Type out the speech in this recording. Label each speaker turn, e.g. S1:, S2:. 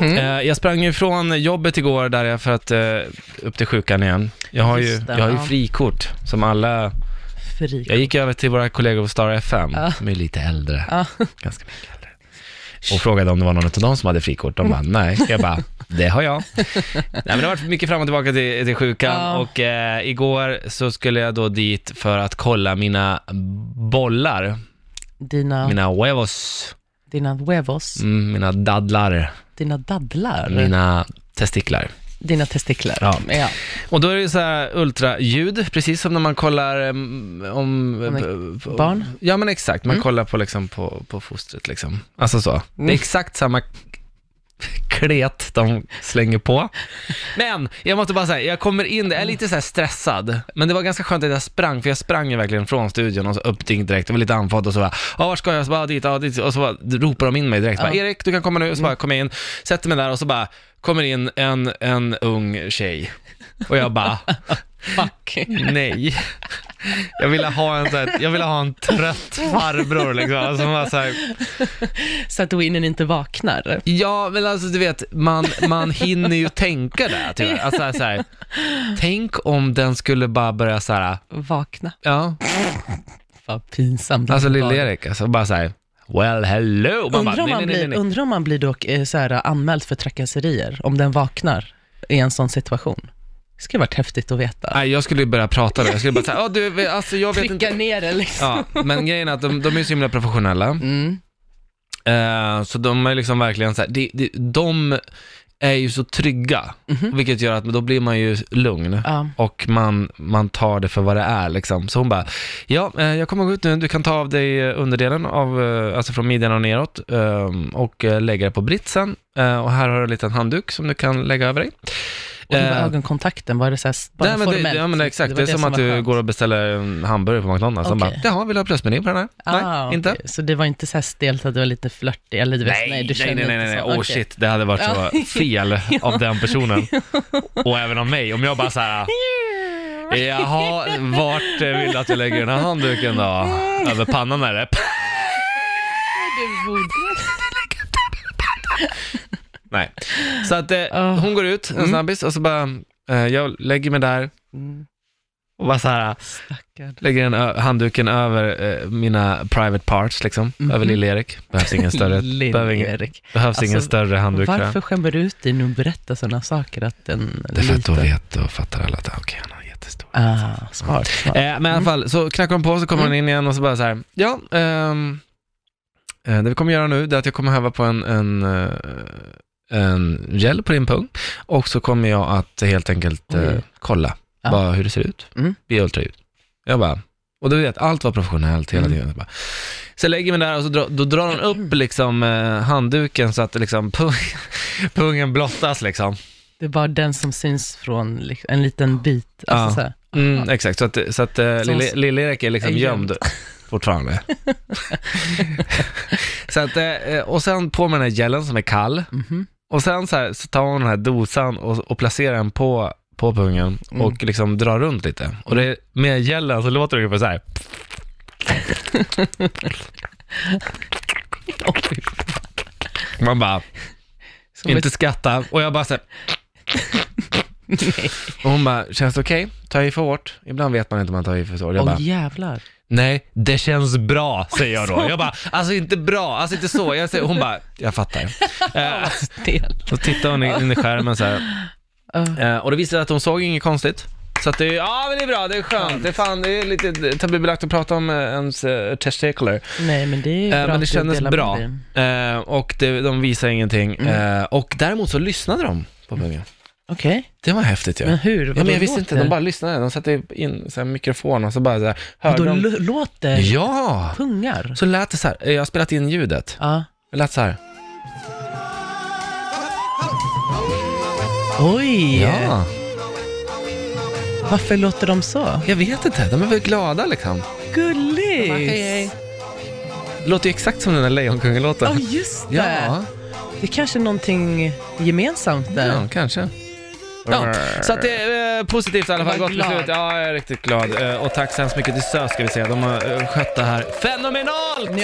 S1: Eh, jag sprang ju ifrån jobbet igår där jag för att eh, upp till sjukan igen. Jag har ju,
S2: Just det,
S1: jag har ju
S2: ja.
S1: frikort som alla...
S2: Frik.
S1: Jag gick över till våra kollegor på Star FM,
S2: Ja.
S1: som är lite äldre.
S2: Ja.
S1: Ganska mycket äldre. Och frågade om det var någon av dem som hade frikort. De bara, nej. Jag bara, det har jag. nej, men det har varit mycket fram och tillbaka till, till sjukan.
S2: Ja.
S1: Och eh, igår så skulle jag då dit för att kolla mina bollar.
S2: Dina,
S1: Mina huevos.
S2: dina huevos,
S1: Mm, mina dadlar,
S2: dina dadlar,
S1: mina testiklar.
S2: dina testiklar.
S1: Ja.
S2: Ja.
S1: Och då är det ju så här ultraljud, precis som när man kollar mm, om...
S2: Om
S1: eh, på-
S2: barn?
S1: Ja men exakt, man
S2: Mm.
S1: kollar på, liksom, på, på fostret liksom. Alltså så. Det
S2: Mm.
S1: är exakt samma k- klet de slänger på. Men jag måste bara säga, jag kommer in där, jag är lite så här stressad. Men det var ganska skönt att jag sprang, för jag sprang ju verkligen från studion och så upp dit direkt. Jag var lite andfådd och så bara, ja vart ska jag? Och så bara, "Ja, dit, ja dit. Och så bara, ropar de in mig direkt. Bara,
S2: Ja. Mm.
S1: Erik, du kan komma nu. Och så bara, kom in, sätter mig där och så bara, kommer in en, en ung tjej. Och jag bara,
S2: Fuck.
S1: Nej. Jag ville ha en, så här, jag ville ha en trött farbror liksom. Som var så här,
S2: Så att Winnen inte vaknar.
S1: ja, men alltså du vet, man, man hinner ju tänka där tyvärr. Alltså, så här, så här, tänk om den skulle bara börja så här,
S2: Vakna.
S1: ja,
S2: Vad pinsamt.
S1: alltså
S2: det var.
S1: lille-Erik, alltså, bara så här, well hello. Man
S2: Undrar om,
S1: bara,
S2: man
S1: nej, nej, nej,
S2: blir,
S1: nej.
S2: undrar om man blir dock eh, så här, anmäld för trakasserier, om den vaknar i en sån situation. Det skulle varit häftigt att veta.
S1: Nej, jag skulle ju börja prata då. Jag skulle bara säga, ja du, alltså jag vet
S2: Trycka
S1: inte.
S2: ner det liksom.
S1: Ja, men grejen är att de, de är ju så himla professionella.
S2: Mm.
S1: Eh, så de är liksom verkligen så här, de, de, de är ju så trygga,
S2: Mhm.
S1: vilket gör att då blir man ju lugn.
S2: Ja.
S1: Och man, man tar det för vad det är liksom. Så hon bara, ja, eh, jag kommer gå ut nu, du kan ta av dig eh, underdelen av, eh, alltså från midjan och neråt eh, och eh, lägga det på britsen. Eh, och här har du en liten handduk som du kan lägga över dig.
S2: Och det var
S1: Eh,
S2: ögonkontakten, var det så här, s- bara
S1: Nej, men
S2: formellt?
S1: det, ja, men exakt. Det,
S2: var
S1: är som att
S2: var
S1: du
S2: skönt.
S1: går och beställer en hamburgare på McDonalds. Okay.
S2: Okej.
S1: bara, jaha, vill du ha plusmeny på den här?
S2: Ah,
S1: nej, inte.
S2: okej. Så det var inte så här stelt att du var lite flörtig, eller du vet, nej, du
S1: nej,
S2: kände
S1: nej, nej, nej,
S2: inte
S1: nej.
S2: så.
S1: oh
S2: Okej.
S1: shit, det hade varit så
S2: Ja.
S1: fel av den personen. Och även av mig, om jag bara så här. jaha, vart eh, vill du att jag lägger den här handduken då? Över pannan är det.
S2: Du borde-
S1: Nej. Så att eh,
S2: Ah.
S1: hon går ut, en snabbis, och så bara, eh, jag lägger mig där
S2: Mm,
S1: och bara så här,
S2: Stackarn.
S1: lägger den ö- handduken över eh, mina private parts liksom,
S2: Mhm.
S1: över Lill-Erik. Behövs ingen större, behöver ingen,
S2: Erik.
S1: behövs ingen
S2: Alltså,
S1: större handduk för det.
S2: Varför skämmer du ut dig nu och berättar sådana saker att en
S1: Det är för att då
S2: liten-
S1: vet, då fattar alla att okej, han har en jättestor.
S2: Ah, smart, smart.
S1: Eh, men i alla fall, så knackar hon på, så kommer hon in igen och så bara så här, ja, ehm, eh, det vi kommer göra nu det är att jag kommer häva på en, en, eh, en gel på din pung och så kommer jag att helt enkelt eh,
S2: Oj.
S1: kolla
S2: Ja.
S1: bara hur det ser ut
S2: Mm.
S1: via ultraljud. Jag bara, och du vet, allt var professionellt hela
S2: Mm.
S1: tiden. Jag bara, så jag lägger mig där och så dra, då drar hon upp liksom eh, handduken så att liksom pung, pungen blottas liksom.
S2: Det är bara den som syns från li- en liten bit. Alltså,
S1: Ja.
S2: så här.
S1: Mm, exakt, så att, så att eh,
S2: Som-
S1: lille- Lill-Erik är liksom
S2: är
S1: gömd
S2: gömd.
S1: fortfarande. så att, eh, och sen på med den här gelen som är kall.
S2: Mhm.
S1: Och sen så, här, så tar hon den här dosan och, och placerar den på, på pungen och liksom drar runt lite. Och det, med gelen så låter det ungefär så här.
S2: Åh, fy fan.
S1: Man bara,
S2: Som
S1: inte skratta. Och jag bara så här, och hon bara, känns det okej? Tar jag i för hårt? Ibland vet man inte om man tar i för hårt.
S2: ett...
S1: Jag bara,
S2: Åh, jävlar.
S1: Nej, det känns bra, säger jag då. Jag bara, alltså inte bra, alltså inte så. Jag säger, hon bara, jag fattar. Eh,
S2: Stel.
S1: så tittar hon in in i skärmen så här. Eh, och det visade sig att hon såg inget konstigt. Så att det är, ja men det är bra, det är skönt. Det är fan, det är lite tabubelagt att prata om eh, ens eh, testicular.
S2: Nej, men det är bra
S1: Eh, men
S2: att
S1: det
S2: du
S1: kändes
S2: delar
S1: bra.
S2: med dig.
S1: Eh, och det, de visar ingenting.
S2: Mm.
S1: Eh, och däremot så lyssnade de på pungen.
S2: Okej,
S1: Det var häftigt ju.
S2: men hur?
S1: Ja, men jag
S2: Vadå
S1: visste inte,
S2: låter?
S1: de bara lyssnade. De satte in så här mikrofon och så bara så här,
S2: Vadå
S1: hörde de.
S2: lo- låter?
S1: Ja!
S2: Pungar?
S1: Så lät det så här, Eh, jag har spelat in ljudet.
S2: Ja.
S1: Det lät så här.
S2: Oj!
S1: Ja,
S2: Varför låter de så?
S1: jag vet inte. De är väl glada liksom.
S2: Gulligt!
S1: Det låter ju exakt som den där Lejonkungen-låten.
S2: Ja, just det.
S1: ja,
S2: Det är kanske är någonting gemensamt där.
S1: ja, kanske. Ja, så att det är eh, positivt i alla fall.
S2: Vad
S1: Gott
S2: glad.
S1: beslut. Ja, jag är riktigt glad. Eh, och tack så hemskt mycket till SÖS ska vi säga. De har eh, skött det här fenomenalt!